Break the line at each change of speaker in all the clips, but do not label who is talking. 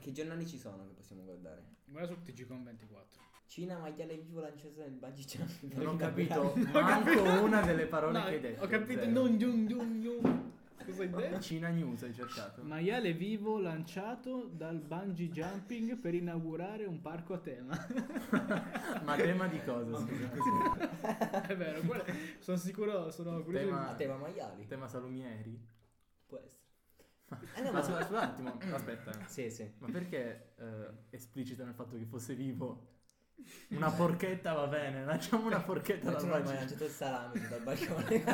Che giornali ci sono che possiamo guardare?
Guarda sul TGCon24.
Cina, maiale vivo, lanciato nel bungee jumping.
Non ho capito
Capitano.
manco una delle parole
No,
che hai detto.
Ho capito.
Zero.
Non, non, non, non. Cosa hai detto?
Cina News hai cercato.
Maiale vivo lanciato dal bungee jumping per inaugurare un parco a tema.
Ma tema di cosa? Scusa.
È vero, quello- sono sicuro, sono curioso. di-
Tema-
A tema maiali.
tema salumieri?
Può essere. Eh no,
ma
ma...
scusa, scusa un attimo, aspetta.
Sì, sì.
Ma perché eh, esplicitano il fatto che fosse vivo? Una porchetta va bene, lanciamo una porchetta
Ma
dal
tu non hai mai
bungee.
lanciato il salame dal balcone.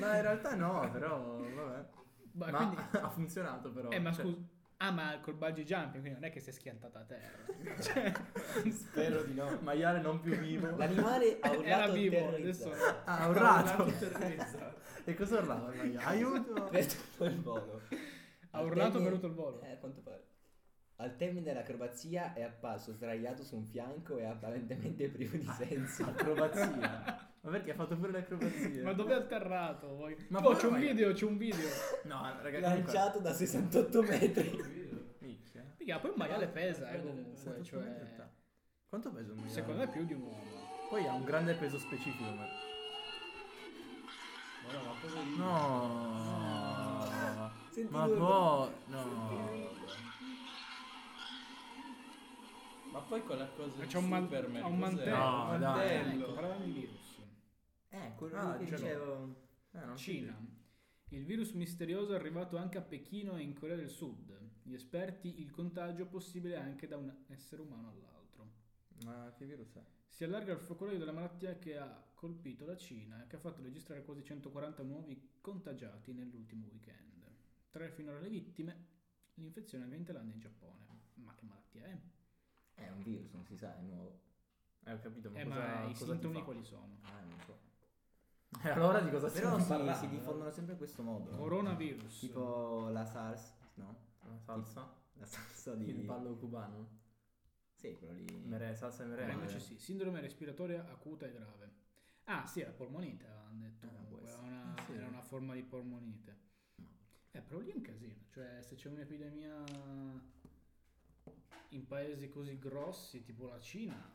Ma in realtà no, però vabbè.
Ma
ma
quindi-
ha funzionato però.
Eh, ma
Cioè,
scusa. Ah, ma col bungee jumping, quindi non è che si è schiantata a terra.
Spero di no.
Maiale non più vivo.
L'animale ha
Era
urlato
vivo,
terrorizzato.
adesso-
Ah, ha urlato.
urlato terrorizzato.
e cosa urlava il maiale? Aiuto!
Per tutto il volo.
Ha
Al
urlato
termine-
venuto il volo.
Eh, a quanto pare. Al termine dell'acrobazia è apparso sdraiato su un fianco e apparentemente privo di sensi.
Acrobazia. Ma perché ha fatto pure le acrobazie?
Ma dove è atterrato? Voi? Ma
Ma poi
c'è un
vai.
video, c'è un video.
No, ragazzi,
Lanciato da 68 metri.
comunque- Minchia.
Mica, poi un maiale pesa, eh, comunque.
78
Cioè,
metri. Quanto pesa un maiale?
secondo me più di un uomo.
Poi ha un grande peso specifico. Ma...
Ma no, ma cosa dici?
No.
Senti
Ma
l'urlo.
poi no.
Ma poi quella cosa
Ma
di
c'è un man-
Superman,
ha un
cos'è?
mantello.
No,
Un
dai.
mantello.
Ecco, parlavamo di virus.
Eh,
Ah, ce l'ho. Eh, non
Cina. Il virus misterioso è arrivato anche a Pechino e in Corea del Sud. Gli esperti, il contagio è possibile anche da un essere umano all'altro.
so. Ma che virus eh. è?
Si allarga il focolaio della malattia che ha colpito la Cina e che ha fatto registrare quasi 140 nuovi contagiati nell'ultimo weekend. Tra finora le vittime, l'infezione avviene in Thailandia e in Giappone. Ma che malattia è?
È un virus, non si sa, è nuovo.
Eh, ho capito, ma
Eh,
cosa,
ma i
cosa
sintomi
ti
quali sono?
Ah, non so.
fa? Eh, allora di cosa
Però
stiamo parlando?
si, si diffondono sempre in questo modo. no?
Coronavirus.
Tipo la SARS, no?
La salsa?
La salsa di...
Il ballo cubano?
Sì, quello lì.
Mere- salsa e
Eh,
merenda?
invece sì, sindrome respiratoria acuta e grave. Ah, sì, era polmonite, avevano detto.
Ah, può
comunque, era,
essere.
una,
Ah, sì.
era una forma di polmonite. Eh, però lì è un casino. Cioè, se c'è un'epidemia in paesi così grossi, tipo la Cina,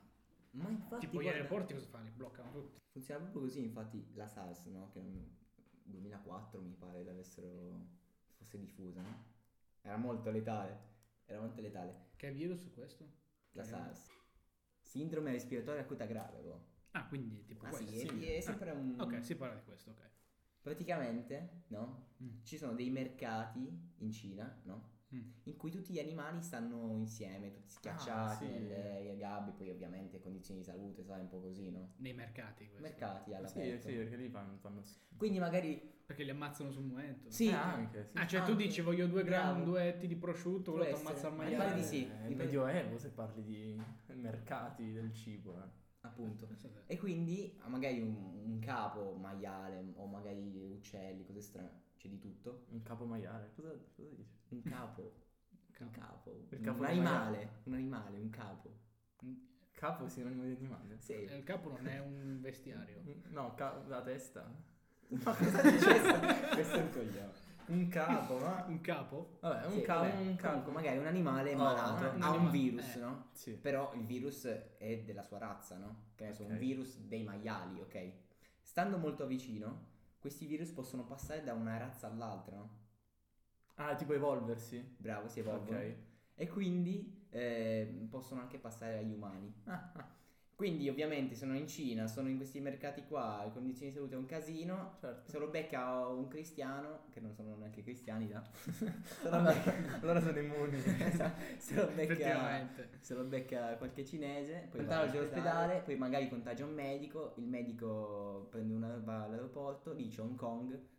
Ma infatti
tipo gli
guarda,
aeroporti cosa fanno? Li bloccano tutti.
funziona proprio così, infatti la SARS, no? Che nel 2004 mi pare l'avessero fosse diffusa, no? Era molto letale. Era molto letale.
Che virus è questo?
La
Eh.
SARS. Sindrome respiratoria acuta grave, boh.
Ah, quindi tipo
Ah,
questo.
sì, è- è sempre un-
Ok, si parla di questo, ok.
Praticamente, no?
Mm.
Ci sono dei mercati in Cina, no?
Mm.
In cui tutti gli animali stanno insieme, tutti schiacciati
Ah,
sì.
nelle gabbie, poi ovviamente condizioni di salute, sai, un po' così, no?
Nei mercati questo.
Mercati alla
Sì, sì, perché lì fanno... fanno...
Quindi magari
Perché li ammazzano sul momento.
sì,
Eh, anche, sì.
Ah, cioè tu
Anche.
dici voglio due
Bravo.
grammi, due etti di prosciutto,
Può
quello ti
essere.
ammazza il
Ma
Eh,
mi pare
maiale.
di sì.
è
mi
il
pare-
medioevo se parli di mercati del cibo, eh.
appunto.
Pensate.
E quindi ah, magari un, un capo maiale o magari uccelli, cose strane, c'è di tutto.
Un capo maiale. Cosa, cosa dici?
Un capo, un
Cavolo.
capo,
Il capo
un
del
animale, un animale, un capo.
Capo è sinonimo di animale?
Sì.
Eh, Il capo non è un vestiario.
No, ca- la testa.
Questo è un coglione.
Un capo, ma...
Un capo?
Vabbè, un
Sì,
capo,
vabbè,
un capo.
comunque magari un animale
Oh,
malato
un
ha un
anima-
virus,
eh.
no?
Sì.
Però il virus è della sua razza, no? Che ne so,
Ok.
un virus dei maiali, ok? Stando molto vicino, questi virus possono passare da una razza all'altra, no?
Ah, tipo evolversi?
Bravo, si evolvono.
Ok.
E quindi eh, possono anche passare agli umani.
Ah, ah,
Quindi ovviamente sono in Cina, sono in questi mercati qua, le condizioni di salute è un casino.
certo.
Se lo becca un cristiano, che non sono neanche cristiani, da. se lo
Allora,
becca-
allora sono immuni.
se lo becca
Effettivamente.
se lo becca qualche cinese, poi va
Portarlo
all'ospedale, poi magari contagia un medico, il medico prende una va all'aeroporto, dice Hong Kong,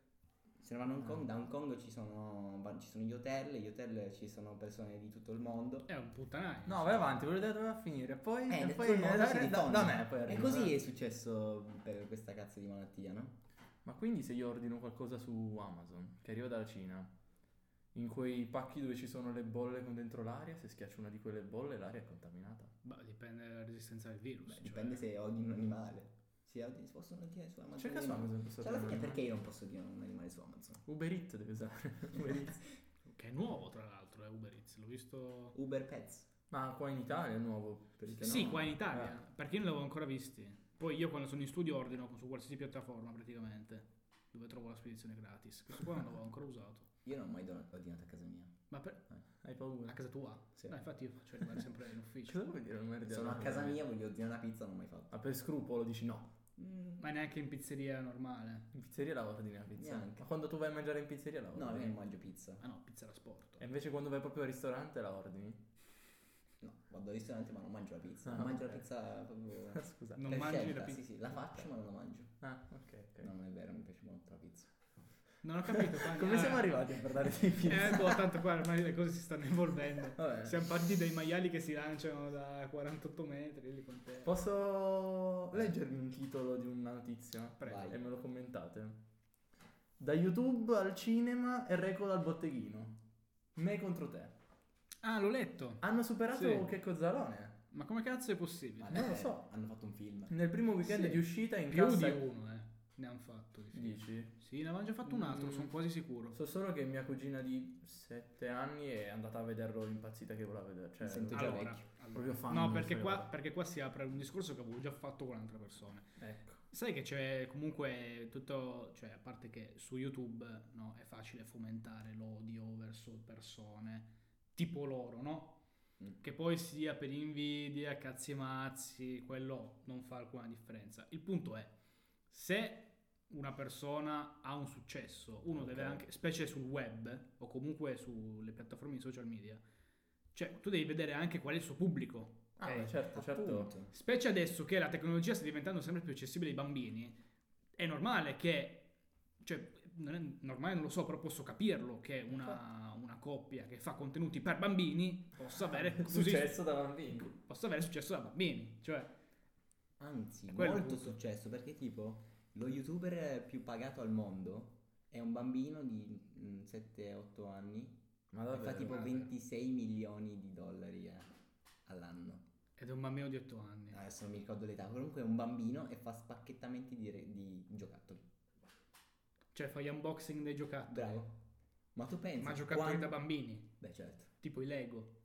se ne vanno a
Ah.
Hong Kong, da Hong Kong ci sono, va- ci sono gli hotel, gli hotel ci sono persone di tutto il mondo.
È un puttanaio.
No, vai avanti, volevo vedere dove va a finire. Poi,
Eh,
e
nel
poi
tutto il mondo
da-
si
da,
diffonde.
da me poi
E
arriva.
così è successo per questa cazzo di malattia, no?
Ma quindi se io ordino qualcosa su Amazon, che arriva dalla Cina, in quei pacchi dove ci sono le bolle con dentro l'aria, se schiaccio una di quelle bolle l'aria è contaminata.
Bah, dipende dalla resistenza del
Beh,
virus. cioè.
dipende se odi un animale. Si, odi- si possono dire su Amazon.
Cerca
gli
su
animali.
Amazon questo
Cioè, alla fine
termine.
perché io non posso dire un animale su Amazon?
Uber Eats deve usare. Uber Eats.
Che è nuovo, tra l'altro, è Uber Eats. Pets, l'ho visto...
Uber Pets.
Ma qua in Italia è nuovo. Perché
Sì,
no? Ah,
qua in Italia, perché io non l'avevo ancora visti. Poi io quando sono in studio ordino su qualsiasi piattaforma praticamente, dove trovo la spedizione gratis. Questo qua non l'avevo ancora usato.
Io non ho mai don- ordinato a casa mia.
Ma per...
Hai paura?
a casa tua?
Sì.
No, infatti io faccio arrivare sempre in ufficio.
Cosa vuol dire non merda?
Sono a casa mia, voglio ordinare una pizza, non ho mai fatto.
Ma per scrupolo dici no.
Ma neanche in pizzeria normale.
In pizzeria la ordini la pizza.
Neanche.
Ma quando tu vai a mangiare in pizzeria la
No, io
ordini.
non mangio pizza.
Ah no, pizza da sport.
e invece quando vai proprio al ristorante la ordini.
No, vado al ristorante ma non mangio la pizza.
Ah,
mangio
ok.
la pizza proprio...
Scusa.
Non
per
mangi
scelta,
la pizza.
Sì, sì, la faccio ma non la mangio.
Ah, ok, ok.
No, non è vero, mi piace molto la pizza.
Non ho capito. Ah. Fania.
Come siamo arrivati a parlare di pizza?
Eh, boh, tanto qua ormai le cose si stanno evolvendo.
Vabbè.
Siamo partiti dai maiali che si lanciano da 48 metri. Lì con te.
Posso leggermi un titolo di una notizia?
Prego.
Vai.
E me lo commentate. Da YouTube al cinema e record al botteghino. Me contro te.
Ah, l'ho letto.
Hanno superato
Sì.
Checco Zalone.
Ma come cazzo è possibile?
Ma
non lo
eh,
so.
Hanno fatto un film.
Nel primo weekend
Sì.
di uscita in
Più di
cassa...
uno, eh. Ne hanno fatto di film.
Dici?
Sì, ne avevano già fatto un altro,
Mm.
sono quasi sicuro.
So solo che mia cugina di 7 anni è andata a vederlo impazzita che voleva vedere. Cioè,
Mi sento già
Allora,
vecchio.
allora.
proprio fan.
No,
di
perché
queste
qua,
cose.
perché qua si apre un discorso che avevo già fatto con altre persone.
Ecco.
Sai che c'è comunque tutto, cioè a parte che su YouTube no, è facile fomentare l'odio verso persone tipo loro, no?
Mm.
Che poi sia per invidia, cazzi e mazzi, quello non fa alcuna differenza. Il punto è, se una persona ha un successo, uno
Ok.
deve anche, specie sul web o comunque sulle piattaforme di social media, cioè tu devi vedere anche qual è il suo pubblico.
Ah,
ok?
beh, certo, certo.
Eh, Appunto.
Specie adesso che la tecnologia sta diventando sempre più accessibile ai bambini, è normale che, cioè, non è normale non lo so, però posso capirlo che una, una coppia che fa contenuti per bambini possa avere, così,
Successo da bambino.
possa avere successo da bambini. Cioè,
Anzi,
È quello il
molto
punto.
successo perché tipo lo youtuber più pagato al mondo è un bambino di 7-8 anni
Ma
e fa
davvero? Ah, eh,
tipo
vabbè.
26 milioni di dollari eh, all'anno.
ed è un bambino di 8 anni.
Adesso non mi ricordo l'età, comunque è un bambino e fa spacchettamenti di, re- di giocattoli.
Cioè, fai unboxing dei giocattoli.
Bravo. Ma tu pensi?
Ma giocattoli
quan-
da bambini,
Beh certo.
tipo i Lego.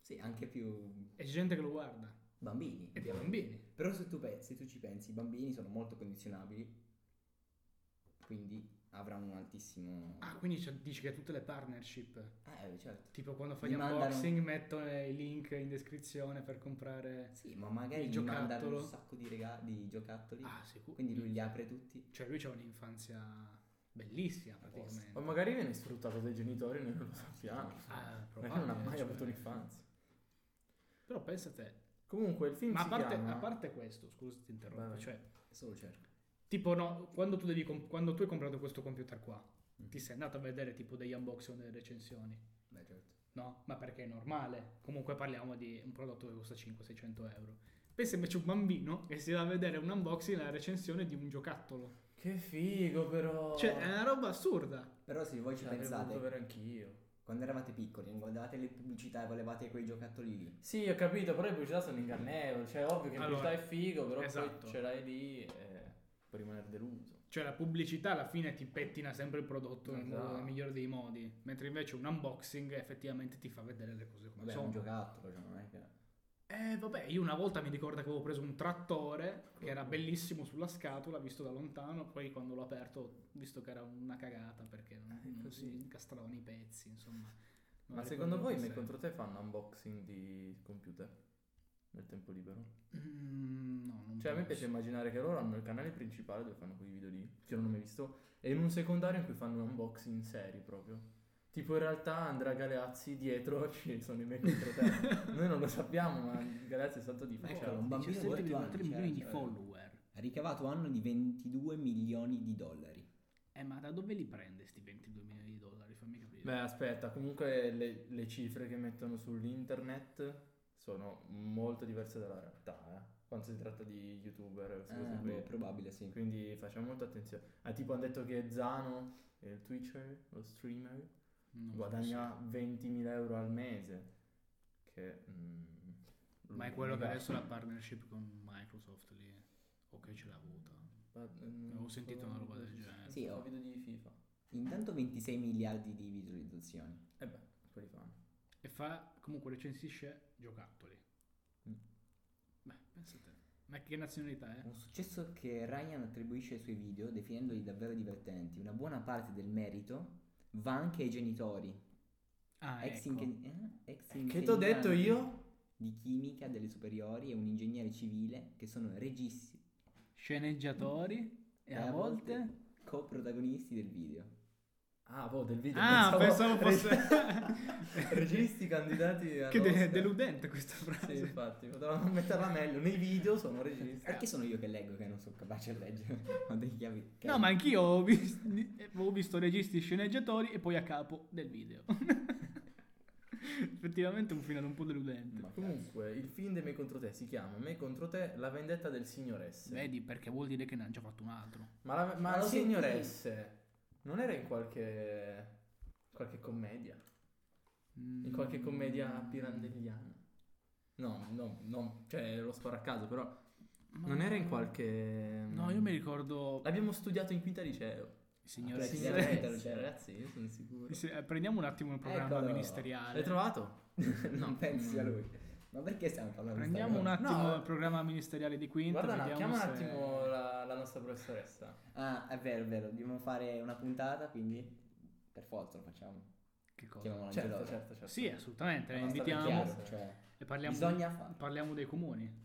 Sì, anche più
E c'è gente che lo guarda.
bambini.
E dei
ovviamente.
bambini.
Però se tu, pe- se tu ci pensi, i bambini sono molto condizionabili, quindi avranno un altissimo...
Ah, quindi c'è- dici che tutte le partnership,
Eh, certo.
tipo quando fai
Gli
unboxing, metto eh, i link in descrizione per comprare...
Sì, ma magari
Il
gli mandano
giocattolo.
un sacco di, rega- di giocattoli,
Ah, sicuro.
quindi lui li apre tutti.
Cioè, lui c'ha un'infanzia bellissima praticamente.
O magari viene sfruttato dai genitori e noi non lo sappiamo.
Ah,
Perché
probabile,
non ha mai
cioè.
avuto un'infanzia.
Però pensa te.
Comunque il film
Ma a
si
parte,
chiama...
a parte questo, scusa se ti interrompo.
Vai.
Cioè,
Solo cerco.
tipo, no, quando tu, devi comp- quando tu hai comprato questo computer qua,
Mm.
ti sei andato a vedere tipo degli unboxing o delle recensioni,
Beh, certo.
no? Ma perché è normale. Comunque parliamo di un prodotto che costa 500-600 euro. Pensa invece un bambino che si va a vedere un unboxing e la recensione di un giocattolo.
Che figo però.
Cioè, è una roba assurda.
Però se voi ci
L'avrei voluto
pensate,
avere anch'io.
quando eravate piccoli, non guardavate le pubblicità e volevate quei giocattoli lì.
Sì, ho capito, però le pubblicità sono ingannevoli. Cioè, ovvio che in
Allora,
pubblicità è figo, però
esatto.
poi ce l'hai lì e puoi rimanere deluso.
Cioè la pubblicità alla fine ti pettina sempre il prodotto nel,
Esatto.
modo- nel migliore dei modi, mentre invece un unboxing effettivamente ti fa vedere le cose come
Vabbè, è
sono.
un giocattolo, cioè non è che...
eh vabbè, io una volta mi ricordo che avevo preso un trattore che era bellissimo sulla scatola, visto da lontano, poi quando l'ho aperto ho visto che era una cagata perché non,
Eh,
non
così.
si incastravano i pezzi, insomma. Non
Ma
ricordo
secondo voi
cos'è.
me contro te fanno unboxing di computer? Nel tempo libero?
Mm, no, non
Cioè, a me
penso.
piace immaginare che loro hanno il canale principale dove fanno quei video lì, che non ho mai visto, e in un secondario in cui fanno unboxing seri proprio. Tipo in realtà Andrea Galeazzi dietro ci sono i me contro te. Noi non lo sappiamo, ma Galeazzi è stato di
Ma
faccia.
eccolo, Ecco, un bambino di 8 anni,
17,3 certo, milioni di
eh,
cioè,
follower.
Ha ricavato anno di 22 milioni di dollari.
Eh, ma da dove li prende sti 22 milioni di dollari? Fammi capire.
Beh, aspetta, comunque le, le cifre che mettono sull'internet sono molto diverse dalla realtà, eh. Quando si tratta di youtuber, queste
Eh,
cose qui.
boh, probabile, sì.
Quindi facciamo molta attenzione. Ah, tipo hanno detto che Zano, il twitcher, lo streamer,
Non so
guadagna 20.000 euro al mese. Che... mm,
Ma è quello che
l'unica-
adesso la partnership con Microsoft lì. Ok, ce l'ha avuta.
Ma, mm,
Avevo sentito una roba del
sì,
genere.
Sì, ho-
video di FIFA.
Intanto 26 miliardi di visualizzazioni.
E beh, Eh quelli fanno.
E e fa comunque recensisce giocattoli.
Mm.
Beh, pensa te. Ma che nazionalità eh? è?
Un successo che Ryan attribuisce ai suoi video, definendoli davvero divertenti. Una buona parte del merito va anche ai genitori.
Ah,
ex
ecco.
inche- eh? Ex
Che t'ho detto
insegnanti
io?
Di chimica delle superiori e un ingegnere civile che sono registi
Sceneggiatori e
Eh,
a volte...
coprotagonisti del video.
Ah, boh, del video.
Ah, pensavo
pensavo-
fosse...
Registi candidati a
Che de- deludente questa frase.
Sì, infatti, potevamo metterla meglio. Nei video sono registi.
Eh,
Perché sono io che leggo che non sono capace a leggere? Ho dei chiavi.
No, ma anch'io ho vis- ho visto, registi sceneggiatori e poi a capo del video. Effettivamente un finale un po' deludente.
Ma-
Comunque, il film di Me contro te si chiama Me contro te, la vendetta del signor S.
Vedi, perché vuol dire che ne hanno già fatto un altro.
Ma, la, ma
Ma
il
lo
signor
senti?
S non era in qualche qualche commedia? In
Mm.
qualche commedia pirandelliana? No, no, no, cioè lo sparo a caso, però
Ma-
non era in qualche
No, io mi ricordo...
L'abbiamo studiato in quinta liceo.
Signor
Ah,
S.
signor
S,
quinta liceo.
ragazzi, io sono sicuro.
Sì, eh, Prendiamo un attimo il programma
Eccolo.
ministeriale.
L'hai trovato?
non pensi sia
no.
lui. Ma perché stiamo parlando di
Mm. Prendiamo un
sta
attimo
No.
il programma ministeriale di Quinto.
Guarda, no,
vediamo
chiama un
se-
attimo la, la nostra professoressa.
cosa? Ah, è vero, è vero. Dobbiamo fare una puntata, quindi per forza lo facciamo.
Che cosa?
Chiamiamola
Certo,
Angelola.
certo, certo.
Sì, assolutamente, la
Ma sta per
invitiamo
chiaro, cioè,
e parliamo,
bisogna fare.
parliamo dei comuni.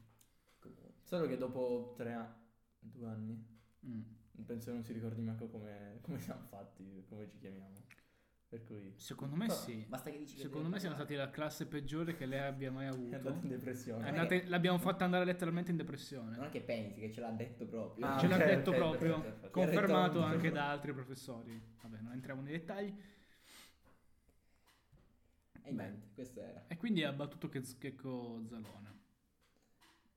Solo che dopo tre anni, due anni,
Mm.
penso non si ricordi manco come, come siamo fatti, come ci chiamiamo. Per cui
Secondo me
Però
sì.
Basta che dici che
Secondo me siamo stati la classe peggiore che lei abbia mai
è
avuto.
andato in depressione.
Eh,
Andate- l'abbiamo fatta andare letteralmente in depressione.
Non è che pensi che ce l'ha detto proprio. Certo,
Ah,
Ce l'ha
ok,
detto
ok,
proprio,
perfetto, perfetto.
confermato
Retorno.
anche da altri professori. Vabbè, non entriamo nei dettagli.
E niente, questo era.
E quindi ha battuto Che- Checco Zalone.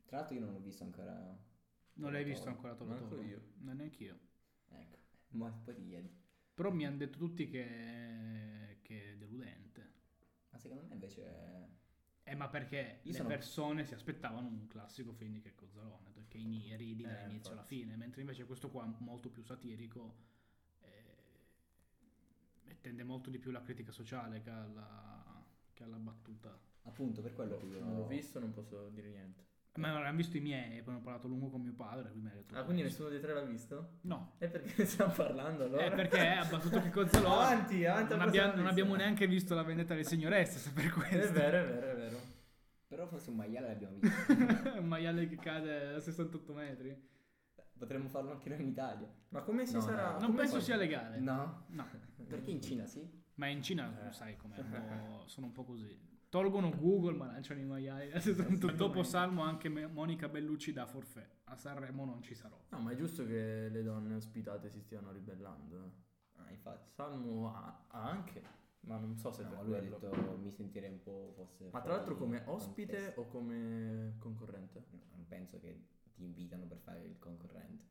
Tra l'altro io non l'ho visto ancora. Ecco.
Non l'hai visto
Toro.
ancora Toro
Manco
Toro?
io.
Non neanche io.
Ecco. Ma poi ti chiedi.
Però mi hanno detto tutti che, che è deludente.
Ma secondo me invece. è-
Eh, ma perché
Io
le
sono-
persone si aspettavano un classico film di Checco Zalone, perché i neri di
Eh,
dall'inizio alla
infatti.
fine, mentre invece questo qua è molto più satirico eh, e tende molto di più alla critica sociale che alla, che alla battuta.
Appunto, per quello che io.
Non l'ho visto, non posso dire niente.
Ma non l'hanno visto i miei, e poi ne ho parlato a lungo con mio padre, quindi mi ha detto... "Eh,
Ah, quindi nessuno dei tre l'ha visto?
No,
E perché ne stiamo parlando allora?
eh, perché ha battuto Checco Zalone.
Avanti, avanti
Non
alla
abbiamo,
prossima
non abbiamo
lista.
neanche visto la vendetta del signoressa, se per
È
questo.
vero, è vero, è vero.
Però forse un maiale l'abbiamo visto.
Un maiale che cade a 68 metri.
Potremmo farlo anche noi in Italia.
Ma come si
No, no,
sarà...
eh, Non
Ah, come
penso
si-
sia legale.
No?
No.
Perché in Cina sì?
Ma in Cina
Eh.
sai com'è, un po'- sono un po' così. Tolgono Google ma lanciano i maiali. Dopo Salmo anche me- Monica Bellucci da forfè. A Sanremo non ci sarò.
No, ma è giusto che le donne ospitate si stiano ribellando. eh.
Ah, infatti.
Salmo ha, ha anche, ma non so se
No,
Cioè, per
lui ha
quello.
detto mi sentirei un po' forse.
Ma
fuori
tra l'altro come
contesto".
ospite o come concorrente?
No, Non penso che ti invitano per fare il concorrente.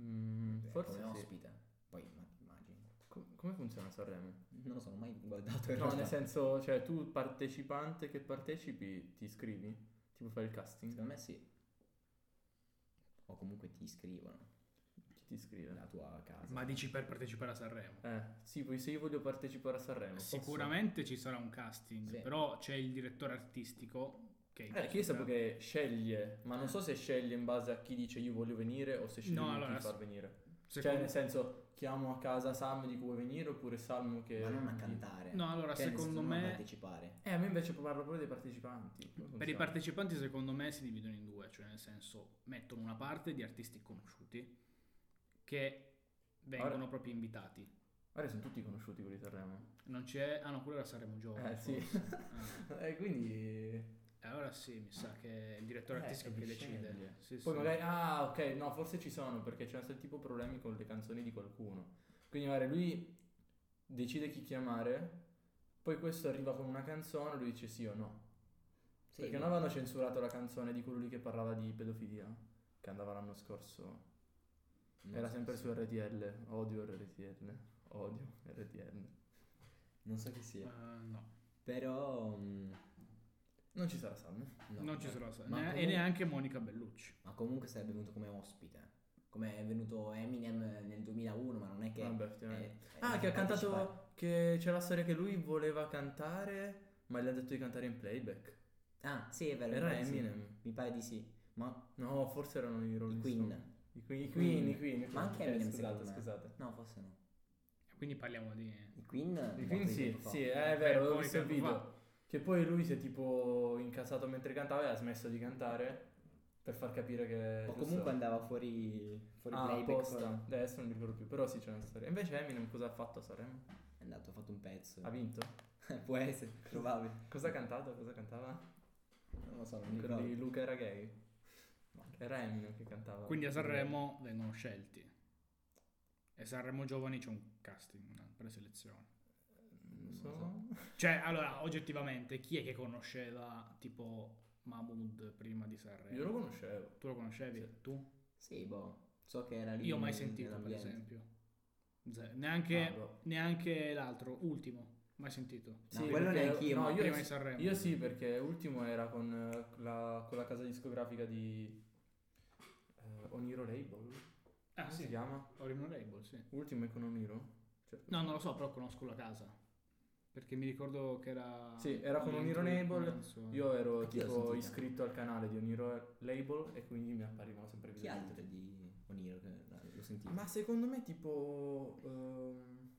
Mm,
Cioè,
forse
come
sì.
ospite. Poi ma, immagino.
Com- come funziona Sanremo?
Non lo sono mai guardato in
No,
realtà.
nel senso, cioè tu partecipante che partecipi ti iscrivi? Tipo fai il casting?
Secondo me sì. O comunque ti iscrivono
Chi ti iscrive?
nella tua casa.
Ma dici per partecipare a Sanremo?
Eh, sì, poi se io voglio partecipare a Sanremo. posso?
Sicuramente ci sarà un casting,
Sì.
però c'è il direttore artistico che...
Eh, che io sapevo che sceglie, ma non so se sceglie in base a chi dice io voglio venire o se sceglie
No,
lui
allora,
chi far
s-
venire. Cioè,
Secondo-
nel senso, chiamo a casa Salmo di cui vuoi venire oppure Salmo che...
Ma non a cantare.
No, allora
Cioè, nel senso,
secondo
non a
me...
partecipare.
Eh, a me invece parlo proprio dei partecipanti. Come
Per i
funziona?
partecipanti secondo me si dividono in due, cioè nel senso mettono una parte di artisti conosciuti che vengono
Ora-
proprio invitati.
Ora sono tutti conosciuti quelli di Sanremo.
Non c'è... Ah no, quello era Sanremo Giovani.
Eh, sì.
forse. Ah,
Eh,
E quindi...
allora sì, mi sa che è il direttore
Eh,
artistico
e
che
li
decide.
sceglie.
Sì, sì.
Poi magari... Ah, ok, no, forse ci sono perché c'erano stati tipo problemi con le canzoni di qualcuno. Quindi magari lui decide chi chiamare, poi questo arriva con una canzone, lui dice sì o no.
Sì,
perché
ma-
non avevano censurato la canzone di quello lì che parlava di pedofilia, che andava l'anno scorso.
non
Era
so
sempre
chi
su
sia.
RTL, odio RTL, odio RTL.
Non so chi sia.
Eh, no,
Però. mm,
Non ci sarà Salmo.
no.
non ci sarà
Ma
ne- e
comunque-
neanche Monica Bellucci.
Ma comunque sarebbe venuto come ospite. Come è venuto Eminem nel 2001, ma non è che.
Vabbè,
eh,
effettivamente.
eh,
Ah, che ha
partecipa-
cantato che c'è la storia che lui voleva cantare, ma gli ha detto di cantare in playback.
Ah, sì, è vero. mi
Era
pare di sì.
Eminem.
Mi pare di sì. Ma
No, forse erano i
il
Rolling Stone.
Queen.
I Queen.
Queen.
I Queen, i Queen. i Queen.
Ma anche
Eh,
Eminem,
Scusate,
secondo me.
scusate.
No, forse no.
Quindi parliamo di...
I Queen.
I
molto
Queen
di
sì,
tempo fa.
sì, eh, è
Beh,
vero, ho
poi
visto il
tempo
video. Che poi lui si è tipo incazzato mentre cantava e ha smesso di cantare per far capire che...
O
giusto?
comunque andava fuori, fuori
Ah,
playback.
apposta.
fuori-
Adesso non mi ricordo più, però sì c'è una storia. Invece Eminem cosa ha fatto a Sanremo?
È andato, ha fatto un pezzo.
Ha vinto?
Può essere, probabile.
Cosa ha cantato? Cosa cantava?
Non lo so, non mi
Quello
ricordo.
di Luca era gay? Era Eminem che cantava.
Quindi a Sanremo vengono scelti. E Sanremo Giovani c'è un casting, una preselezione.
Non so.
Non
Cioè, allora, oggettivamente, chi è che conosceva tipo Mahmood prima di Sanremo?
Io lo conoscevo.
Tu lo conoscevi?
Sì.
Tu?
Sì, boh. So che era lì.
Io mai
nel-
sentito, per
nell'ambiente.
esempio. Ze- Neanche,
Ah, boh.
neanche l'altro, ultimo, mai sentito.
No, quello
perché-
neanch'io,
No,
ma
io,
prima di Sanremo.
io sì, perché ultimo era con eh, la, con la casa discografica di eh, Oniro Label.
Ah,
come si
sì,
chiama?
Orino Label, sì.
Ultimo è con Oniro? Certo.
No, non lo so, però conosco la casa. Perché mi ricordo che era...
Sì, era con un
dentro
Iron
una
Able,
canzone.
Io ero
Anch'io l'ho
tipo
sentita.
iscritto al canale di Oniro Label e quindi mi apparivano sempre
Chi
video.
altro di Oniro che l'ho sentito?
Ma secondo me tipo... ehm,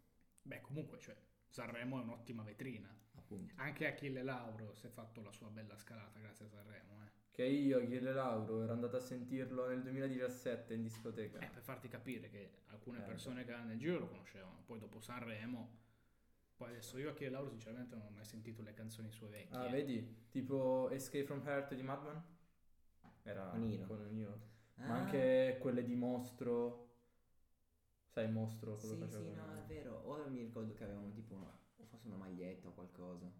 Beh, comunque, cioè, Sanremo è un'ottima vetrina.
Appunto.
Anche Achille Lauro si è fatto la sua bella scalata grazie a Sanremo, eh.
che io, Achille Lauro, ero andato a sentirlo nel 2017 in discoteca.
Eh, per farti capire che alcune
Eh,
persone che erano nel giro lo conoscevano. Poi dopo Sanremo, poi adesso io Achille Lauro sinceramente non ho mai sentito le canzoni sue vecchie.
Ah, vedi? Tipo Escape from Heart di Madman? Era
Oniro.
con Oniro.
Ah,
Ma anche quelle di Mostro. Sai, Mostro, quello
Sì,
che
sì,
faceva
no, è vero. Ora mi ricordo che avevano tipo una, o forse una maglietta o qualcosa.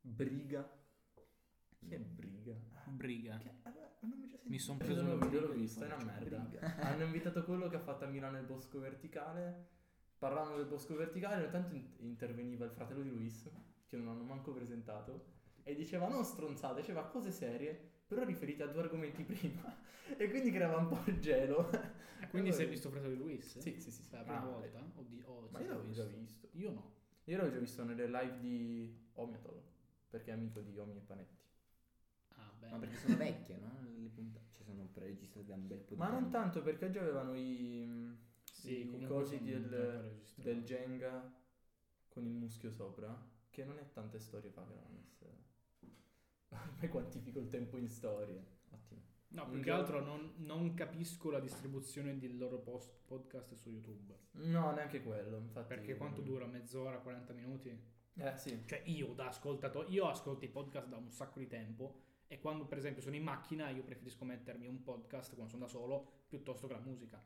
Briga. Chi è
Mm.
Briga?
Briga.
Ah, Che- allora, non mi,
Mi son
Io
preso
l'ho-
una
io l'ho
briga,
visto, è una merda. Hanno invitato quello che ha fatto a Milano il Bosco Verticale. Parlavano del Bosco Verticale, ogni tanto in- interveniva il fratello di Luis, che non hanno manco presentato, e diceva non stronzate, diceva cose serie, però riferite a due argomenti prima. E quindi creava un po' il gelo.
Ah, quindi sei
Allora-
visto Fratello di Luis?
Sì, sì, sì, sì.
Per la prima
Ah,
volta? O di, o
Ma
sì,
io
l'ho
l'avevo già visto.
Io no.
Io l'avevo già visto nelle live di Omiatol, perché è amico di Omi e Panetti.
Ah,
Eh.
beh.
Ma perché sono vecchie, no? Le puntate. Cioè sono preregistrate da un bel po' di
Ma non
tempo.
tanto, perché già avevano i...
sì,
i
comunque
cosi
sono
del-
ancora registrate.
del Jenga con il muschio sopra, che non è tante storie fa che non essere. Ormai quantifico il tempo in storie. Ottimo.
No, più
Perché-
che altro non, non capisco la distribuzione del loro post- podcast su YouTube.
No, neanche quello, infatti.
Perché quanto dura? Mezz'ora, 40 minuti?
Eh sì.
Cioè io da ascoltatore, io ascolto i podcast da un sacco di tempo e quando per esempio sono in macchina io preferisco mettermi un podcast quando sono da solo piuttosto che la musica.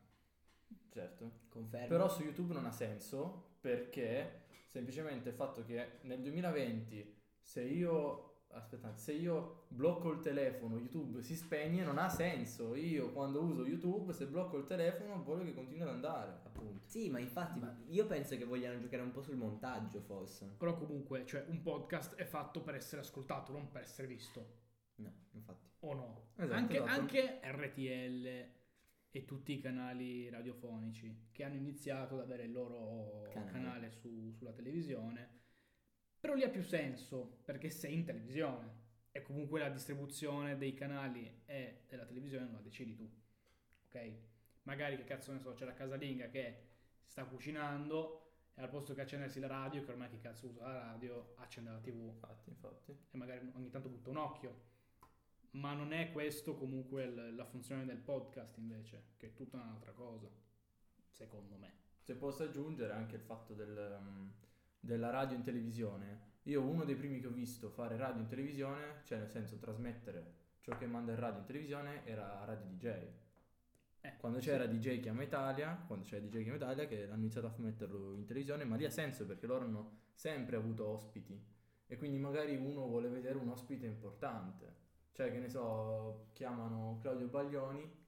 Certo.
Confermo.
Però su YouTube non ha senso perché semplicemente il fatto che nel 2020 se io aspettate, se io blocco il telefono, YouTube si spegne, non ha senso. Io quando uso YouTube, se blocco il telefono, voglio che continui ad andare.
Appunto. Sì, ma infatti io penso che vogliano giocare un po' sul montaggio forse.
Però comunque, cioè un podcast è fatto per essere ascoltato, non per essere visto.
No, infatti.
O no?
Esatto,
anche,
esatto.
anche RTL e tutti i canali radiofonici che hanno iniziato ad avere il loro
Canale.
canale, su- sulla televisione. Però lì ha più senso perché sei in televisione e comunque la distribuzione dei canali e della televisione non la decidi tu. Ok? Magari che cazzo ne so, c'è la casalinga che sta cucinando e al posto che accendersi la radio, che ormai chi cazzo usa la radio, accende la TV
Infatti, infatti.
e magari ogni tanto butta un occhio. Ma non è questo comunque il- la funzione del podcast invece, che è tutta un'altra cosa, secondo me.
se posso aggiungere anche il fatto del, um, della radio in televisione. Io uno dei primi che ho visto fare radio in televisione, cioè nel senso trasmettere ciò che manda il radio in televisione, era Radio DJ.
Eh,
Quando c'era DJ Chiama Italia, quando c'era DJ Chiama Italia che hanno iniziato a metterlo in televisione, ma lì ha senso perché loro hanno sempre avuto ospiti e quindi magari uno vuole vedere un ospite importante. Cioè che ne so, chiamano Claudio Baglioni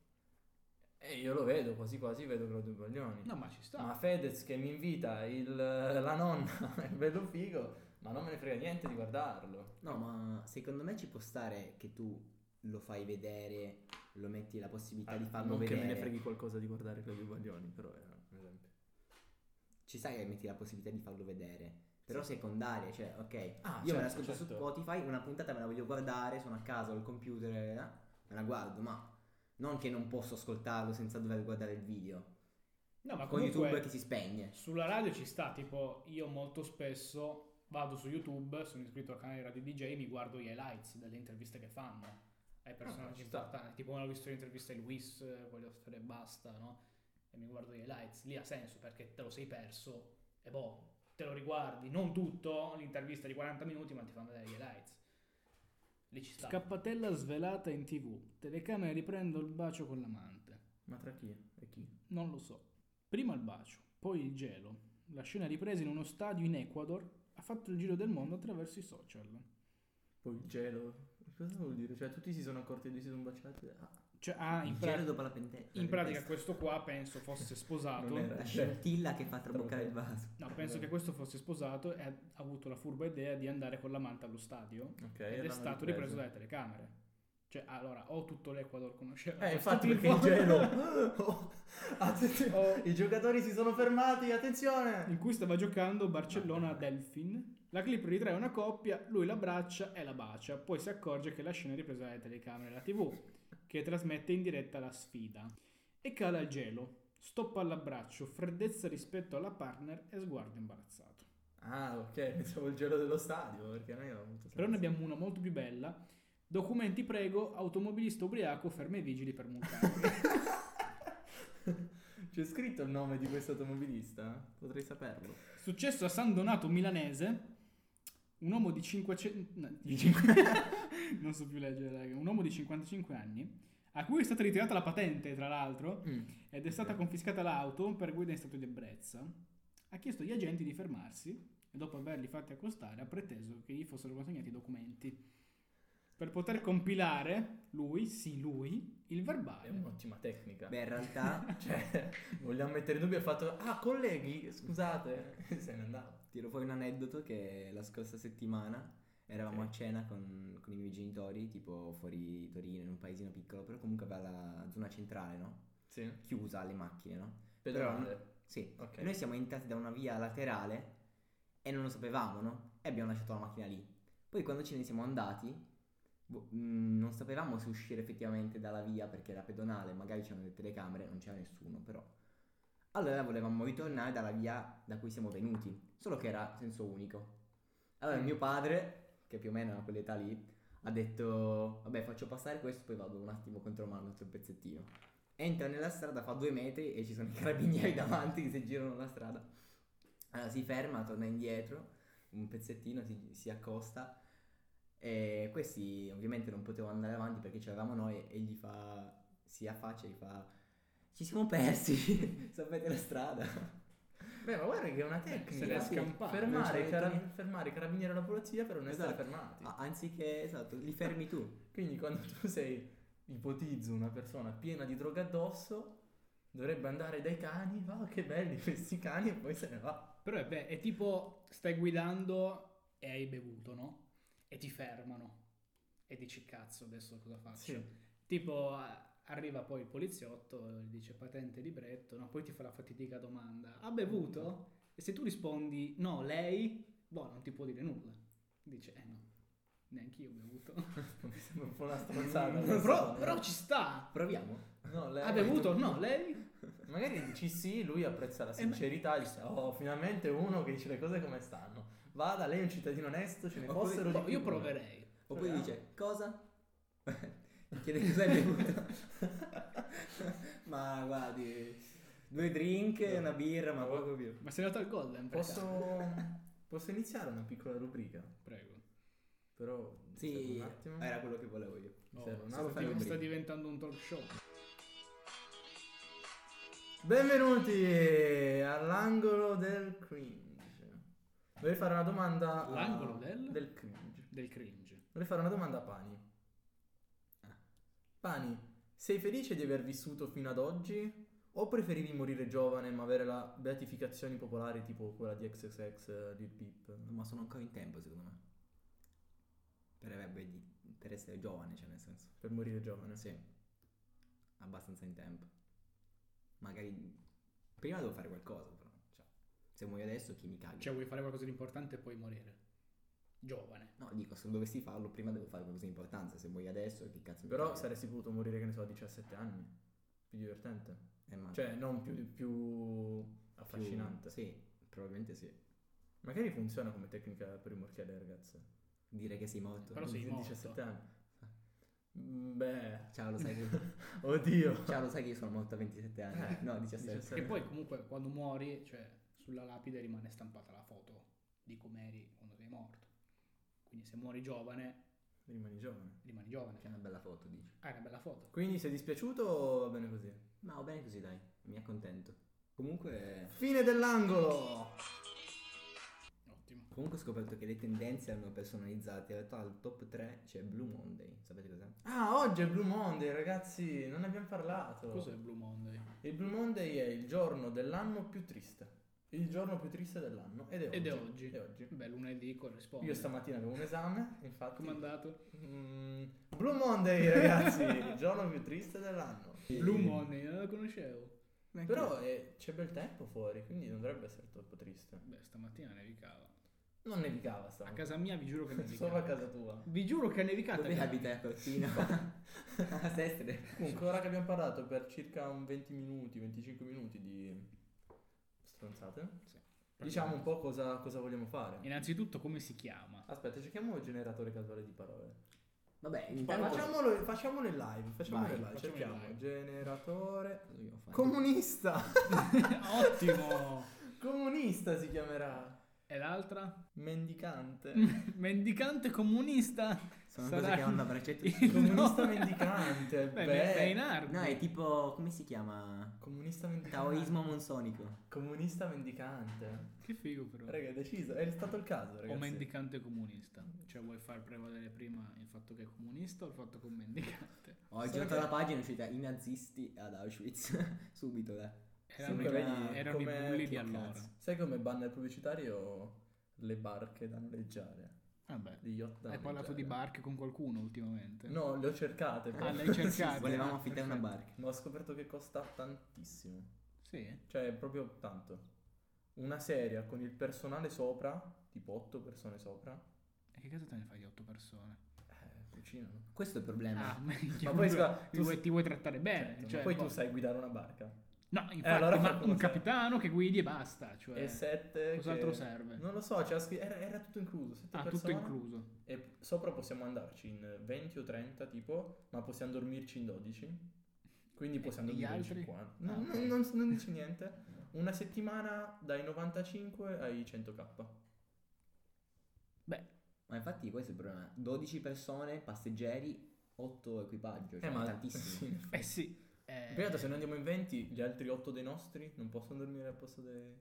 e io lo vedo, quasi quasi vedo Claudio Baglioni.
No, ma ci sta.
Ma Fedez che mi invita il- la nonna è bello figo, ma non me ne frega niente di guardarlo.
No, ma secondo me ci può stare che tu lo fai vedere, lo metti la
Cioè,
possibilità di farlo
Ah, non
vedere.
che me ne freghi qualcosa di guardare Claudio Baglioni, però è un esempio.
ci sai che metti la possibilità di farlo vedere. Però secondaria, cioè, ok, io
Ah,
me
certo,
la ascolto su
certo.
Spotify, una puntata me la voglio guardare, sono a casa, ho il computer, eh, me la guardo, ma non che non posso ascoltarlo senza dover guardare il video.
No, ma
Con
comunque
YouTube che si spegne.
sulla radio ci sta, tipo io molto spesso vado su YouTube, sono iscritto al canale Radio DJ, mi guardo gli highlights delle interviste che fanno ai personaggi
Ah, ci sta.
importanti, tipo quando ho visto l'intervista di Luis, eh, voglio stare e basta, no? E mi guardo gli highlights, lì ha senso perché te lo sei perso e boh, te lo riguardi, non tutto, l'intervista di 40 minuti, ma ti fanno vedere gli highlights. Lì ci sta. Scappatella svelata in tv, telecamera riprendo il bacio con l'amante.
Ma tra chi e chi?
Non lo so. Prima il bacio, poi il gelo. La scena ripresa in uno stadio in Ecuador ha fatto il giro del mondo attraverso i social.
Poi il gelo. Cosa vuol dire? Cioè, tutti si sono accorti di si sono baciati. Ah,
Cioè, ah, in,
Il
pra-
gelo dopo la pentecca.
in pratica questo qua penso fosse sposato.
Non era-
La scintilla che fa traboccare il vaso.
No, penso che questo fosse sposato e ha ha avuto la furba idea di andare con l'amante allo stadio ed
ok.
è
l'hanno
stato ripreso dalle telecamere. Cioè, allora, o tutto l'Ecuador conosceva
Eh,
questo
infatti perché
tipo,
il gelo. Oh, attenzione.
o
I giocatori si sono fermati, attenzione!
in cui stava giocando Barcellona a Delfin. La clip ritrae una coppia, lui l'abbraccia e la bacia, poi si accorge che la scena è ripresa dalle telecamere della TV, che trasmette in diretta la sfida. E cala il gelo, stoppa all'abbraccio, freddezza rispetto alla partner e sguardo imbarazzato.
Ah, ok, pensavo il gelo dello stadio, perché noi avevamo molto
Però ne
senso.
abbiamo una molto più bella. Documenti prego, automobilista ubriaco, ferma i vigili per multarmi.
C'è scritto il nome di questo automobilista? Potrei saperlo.
Successo a San Donato milanese, un uomo di 500... no, di cinque- non so più leggere, raga. Un uomo di 55 anni, a cui è stata ritirata la patente, tra l'altro,
Mm,
ed è stata confiscata l'auto per guida in stato di ebbrezza, ha chiesto agli agenti di fermarsi e dopo averli fatti accostare ha preteso che gli fossero consegnati i documenti per poter compilare, lui, sì lui, il
È
verbale.
un'ottima tecnica.
Beh, in realtà
Cioè, vogliamo mettere in dubbio il fatto. Ah, colleghi, scusate, se ne andava.
tiro fuori un aneddoto che la scorsa settimana eravamo
Ok.
a cena con, con i miei genitori, tipo fuori Torino, in un paesino piccolo, però comunque aveva la zona centrale, no?
Sì.
Chiusa alle macchine, no?
Pedonale.
Sì.
Ok.
E noi siamo entrati da una via laterale e non lo sapevamo, no? E abbiamo lasciato la macchina lì. Poi quando ce ne siamo andati, boh, mh, non sapevamo se uscire effettivamente dalla via perché era pedonale, magari c'erano le telecamere, non c'era nessuno però. Allora volevamo ritornare dalla via da cui siamo venuti, solo che era senso unico. Allora mio padre, che più o meno era a quell'età lì, ha detto, vabbè faccio passare questo, poi vado un attimo contro mano, un pezzettino. Entra nella strada, fa due metri e ci sono i carabinieri davanti che si girano la strada. Allora si ferma, torna indietro, un pezzettino, si, si accosta e questi ovviamente non potevano andare avanti perché c'eravamo noi e gli fa, si affaccia e gli fa, ci siamo persi, sapete la strada.
Beh, ma guarda che è una
Eh, Se l'è
tecnica.
sì.
scampato.
Non ci
Fermare, i
avete
carab-
niente.
fermare i carabinieri e la polizia per non essere
Esatto.
fermati.
Ah, anziché, esatto, li fermi tu.
Quindi quando tu sei, ipotizzo, una persona piena di droga addosso, dovrebbe andare dai cani, va che belli questi cani e poi se ne va.
Però è, be- è tipo stai guidando e hai bevuto, no? E ti fermano. E dici cazzo, adesso cosa faccio? Tipo a- arriva poi il poliziotto, gli dice patente libretto, no? Poi ti fa la fatidica domanda. Ha bevuto? E se tu rispondi no, lei, boh, non ti può dire nulla. Dice eh no, neanche io ho bevuto.
Mi sembra un po' una stronzata.
Non so.
però, però ci sta.
Proviamo.
No, lei-
Mm, Ha bevuto? Eh, No, lei.
Magari dici sì, lui apprezza la sincerità, dice oh finalmente uno che dice le cose come stanno. Vada, lei è un cittadino onesto, ce ne
Oppure-
fossero di
Boh, io
più.
proverei.
Oppure
Proviamo.
dice, cosa? Ti chiede cosa hai bevuto. ma guardi, due drink e una birra, ma poco più.
Ma sei andato al Golden? per caso?
Posso, posso iniziare una piccola rubrica?
Prego.
Però mi serve
Sì,
un attimo.
Cioè, era quello che volevo io.
Mi
Oh,
serve un
sta-
attimo.
fare un
sta
break.
diventando un talk show.
Benvenuti all'angolo del cringe. Vorrei fare una domanda. a-
L'angolo del?
cringe.
del cringe.
Vorrei fare una domanda a Pani.
Ah.
Pani, sei felice di aver vissuto fino ad oggi? O preferivi morire giovane ma avere la beatificazione popolare tipo quella di XXX eh, Lil Peep?
Ma sono ancora in tempo, secondo me. Per, avrebbe di- per essere giovane, cioè nel senso.
Per morire giovane.
Sì. Abbastanza in tempo. Magari prima devo fare qualcosa, però. Cioè, se se muoio adesso chi mi
Ah,
caga?
Cioè, vuoi fare qualcosa di importante e poi morire. Giovane.
No, dico, se dovessi farlo prima devo fare qualcosa di importanza, se muoio adesso chi cazzo mi
Però
caga?
saresti potuto morire, che ne so, a 17 anni. Più divertente.
Eh, ma-
Cioè, non più, più
più-
affascinante.
Sì, probabilmente sì.
Magari funziona come tecnica per rimorchiare le ragazze.
Dire che sei morto.
Però sei
Di-
morto.
17 anni. Beh,
Ciao, lo sai che...
oddio.
Ciao, lo sai che io sono morto a 27
Eh,
anni? no, 17.
17.
Che poi comunque quando muori, cioè, sulla lapide rimane stampata la foto di com'eri quando sei morto. Quindi se muori giovane,
Rimani giovane.
rimani giovane.
Che è una bella foto, dici.
Ah, è una bella foto.
Quindi sei dispiaciuto o va bene così?
Ma va bene così, dai. Mi accontento. Comunque...
Fine dell'angolo!
Ottimo.
Comunque ho scoperto che le tendenze erano personalizzate. In realtà al "Ah, top 3 c'è Blue Monday. Sapete cos'è?
Ah, oggi è Blue Monday, ragazzi, non ne abbiamo parlato.
Cos'è Blue Monday?
Il Blue Monday è il giorno dell'anno più triste. Il giorno più triste dell'anno. Ed è oggi.
Ed è oggi.
È oggi.
Beh, lunedì corrisponde.
Io stamattina avevo un esame, infatti.
Come è andato?
Mm, Blue Monday, ragazzi, il giorno più triste dell'anno.
Blue Monday, non la conoscevo.
Però eh, c'è bel tempo fuori, quindi non dovrebbe essere troppo triste.
Beh, stamattina nevicava.
Non nevicava
A
stamattina.
casa mia vi giuro che nevicava.
Solo a casa tua.
Vi giuro che ha nevicato.
Dove abita a Cortina? a Sestre.
Comunque, ora che abbiamo parlato per circa un 20 minuti, 25 minuti di stronzate, diciamo un po' cosa, cosa vogliamo fare.
Innanzitutto come si chiama?
Aspetta, cerchiamo il generatore casuale di parole.
Vabbè,
Fa-
intanto...
Facciamolo, facciamolo in live, facciamolo
Vai,
in live,
facciamolo in
cerchiamo.
live.
Generatore
Cosa dobbiamo fare?
comunista.
Ottimo!
comunista si chiamerà.
E l'altra?
Mendicante.
Mendicante comunista.
Sono
Sarà-
cose che hanno a braccetto.
Il
Cioè, comunista
No.
mendicante.
Beh,
beh.
è in arco.
No, è tipo... come si chiama?
Comunista mendicante.
Taoismo monsonico.
Comunista mendicante.
Che figo però.
Raga, è deciso, è stato il caso, ragazzi.
o mendicante comunista. Cioè vuoi far prevalere prima il fatto che è comunista o il fatto che è un mendicante?
Ho girato la pagina è uscita i nazisti ad Auschwitz. Subito, eh. dai.
Erano,
Sì,
i,
quella-
erano i
come-
bulli di
che
allora.
cazzo.
Sai come banner pubblicitario le barche da noleggiare?
Vabbè.
Di yacht da
Ah, Hai parlato
noleggiare.
di barche con qualcuno ultimamente?
No, le ho cercate.
Ah,
però.
le hai cercate.
Volevamo
Ah,
affittare una
perfetto.
barca.
Ma ho scoperto che costa tantissimo.
Sì.
Cioè, proprio tanto. Una serie con il personale sopra, tipo 8 persone sopra,
E che cosa te ne fai di otto persone?
eh, cucinano.
Questo è il problema.
Ah, meglio.
Eh, Ma poi
Ti
scusa, tu-
vuoi- ti vuoi trattare bene.
Certo,
cioè,
ma poi
poi-
tu sai guidare una barca.
No, infatti,
Eh, allora
ma
qualcuno
un
serve.
capitano che guidi e basta. Cioè,
e 7...
cos'altro serve?
Non lo so, c'era scri- era, era tutto incluso. sette
ah, tutto
persone.
incluso.
E sopra possiamo andarci in 20 o 30 tipo, ma possiamo dormirci in 12. Quindi
E-
possiamo
e gli
dormire in
altri?
50.
Ah,
No, no,
ok.
non, non dice niente. Una settimana dai 95 ai 100k.
Beh,
Ma infatti questo è il problema. 12 persone, passeggeri, 8 equipaggio. Cioè, tantissimo.
Eh, Sì.
eh sì. eh,
Peccato se noi andiamo in 20, gli altri 8 dei nostri non possono dormire al posto dei...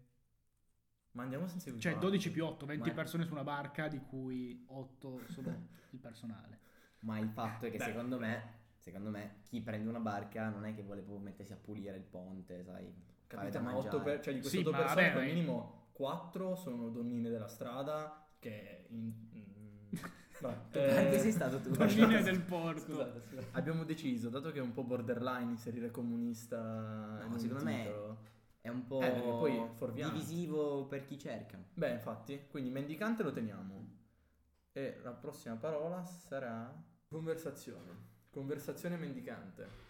Ma andiamo senza equipaggio.
Cioè 12 più 8, 20
Ma-
persone su una barca di cui 8 sono il personale.
Ma il fatto è che
Beh.
secondo me, secondo me, chi prende una barca non è che vuole proprio mettersi a pulire il ponte, sai. Fare da
Capito, ma 8
mangiare.
per... cioè di queste
Sì,
8
ma
persone
vabbè,
al
ma-
minimo 4 sono donnine della strada che... In... mm, no,
Perché
eh,
sei stato tu?
Cucine del porto.
Scusate, scusate. Abbiamo deciso, dato che è un po' borderline inserire comunista
No,
in un
secondo me-
titolo.
È un po'
Eh, perché poi è fuorviante.
divisivo per chi cerca.
Beh, infatti, quindi mendicante lo teniamo. E la prossima parola sarà conversazione. Conversazione mendicante.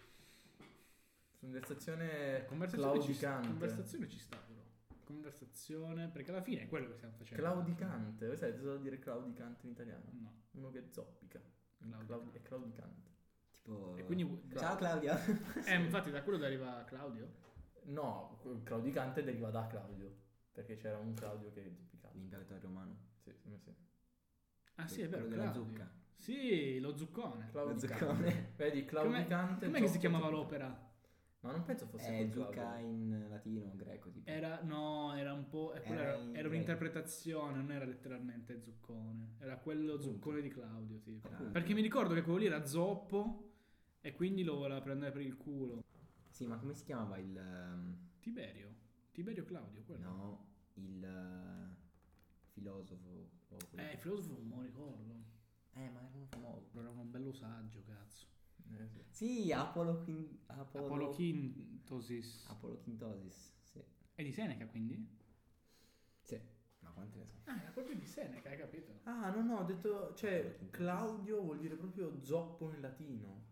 Conversazione,
Conversazione ci, sta-
claudicante.
conversazione ci sta però. Conversazione, perché alla fine è quello che stiamo facendo.
claudicante. Voi sapete cosa vuol dire claudicante in italiano?
No.
Uno che zoppica.
Claudicante.
Claudi- è claudicante.
Tipo...
E quindi...
Ciao Claudia.
Eh, infatti da quello deriva Claudio.
No, claudicante deriva da Claudio. Perché c'era un Claudio che zoppicava.
L'imperatore romano.
Sì, sì, sì.
Ah sì, è vero,
Quello della
Claudio.
zucca.
Sì, lo zuccone.
Lo
Claudicante.
zuccone.
Vedi, claudicante.
Com'è che si
zoppo,
chiamava
zoppo.
l'opera?
Ma non penso fosse
Eh,
col
zucca
Claudio.
in latino o greco, tipo.
Era, no, era un po'... eh, quella
Era
Era,
in
era
greco.
un'interpretazione, non era letteralmente zuccone. Era quello zuccone di Claudio, tipo.
Era-
Perché mi ricordo che quello lì era zoppo e quindi lo voleva prendere per il culo.
Sì, ma come si chiamava il... ehm,
Tiberio. Tiberio Claudio, quello.
No, il eh, filosofo. o quello-
Eh, il filosofo non me lo ricordo.
Eh, ma era un famoso.
Però era un bello saggio, cazzo.
Eh, sì.
Sì, Apollo Quin- Apollo...
Apollo Quintosis.
Apollo Quintosis, sì.
È di Seneca, quindi?
Sì, ma quante ne so?
Ah, era proprio di Seneca, hai capito?
Ah, no, no, ho detto, cioè, Claudio vuol dire proprio zoppo in latino.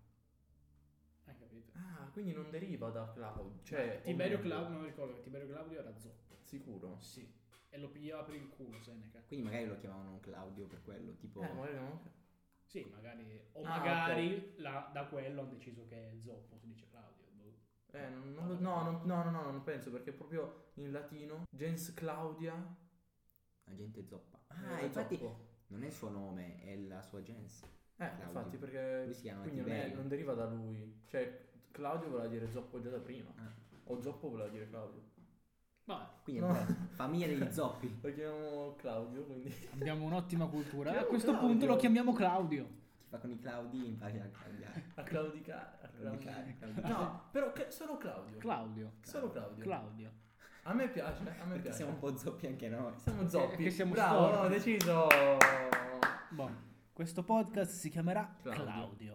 Hai capito?
Ah, quindi non deriva da Claudio, cioè... o
Ah, Tiberio
meglio,
Claudio, non ricordo che Tiberio Claudio era zoppo.
Sicuro.
Sì. E lo pigliava per il culo Seneca.
Quindi magari lo chiamavano Claudio per quello, tipo...
Eh, magari no.
Sì, magari. O
Ah,
magari la- da quello hanno deciso che è il zoppo, si dice Claudio. boh.
Eh, non- non lo- no, non- no, no, no, non penso, perché proprio in latino, gens Claudia...
La gente zoppa.
era
Ah, infatti
zoppo.
non è il suo nome, è la sua gens.
Eh,
Claudio.
infatti, perché...
Lui si chiama
Quindi non, è-
Tiberio.
non deriva da lui. Cioè, Claudio voleva dire zoppo già da prima.
Ah.
O zoppo voleva dire Claudio.
Vabbè,
Quindi
No.
ancora, famiglia degli zoppi.
Lo chiamiamo Claudio, quindi...
abbiamo un'ottima cultura.
Chiamiamo
A questo
Claudio.
punto lo chiamiamo Claudio.
Chi fa con i Claudi impara a cambiare.
A Claudica... A
Claudicare,
Claudica.
Claudicare.
No, però che- solo Claudio.
Claudio.
Solo Claudio.
Claudio.
A me piace, a me
Perché
piace.
siamo un po' zoppi anche noi.
Siamo zoppi.
Perché siamo
Bravo,
storti.
ho deciso.
Boh, questo podcast si chiamerà
Claudio.
Claudio.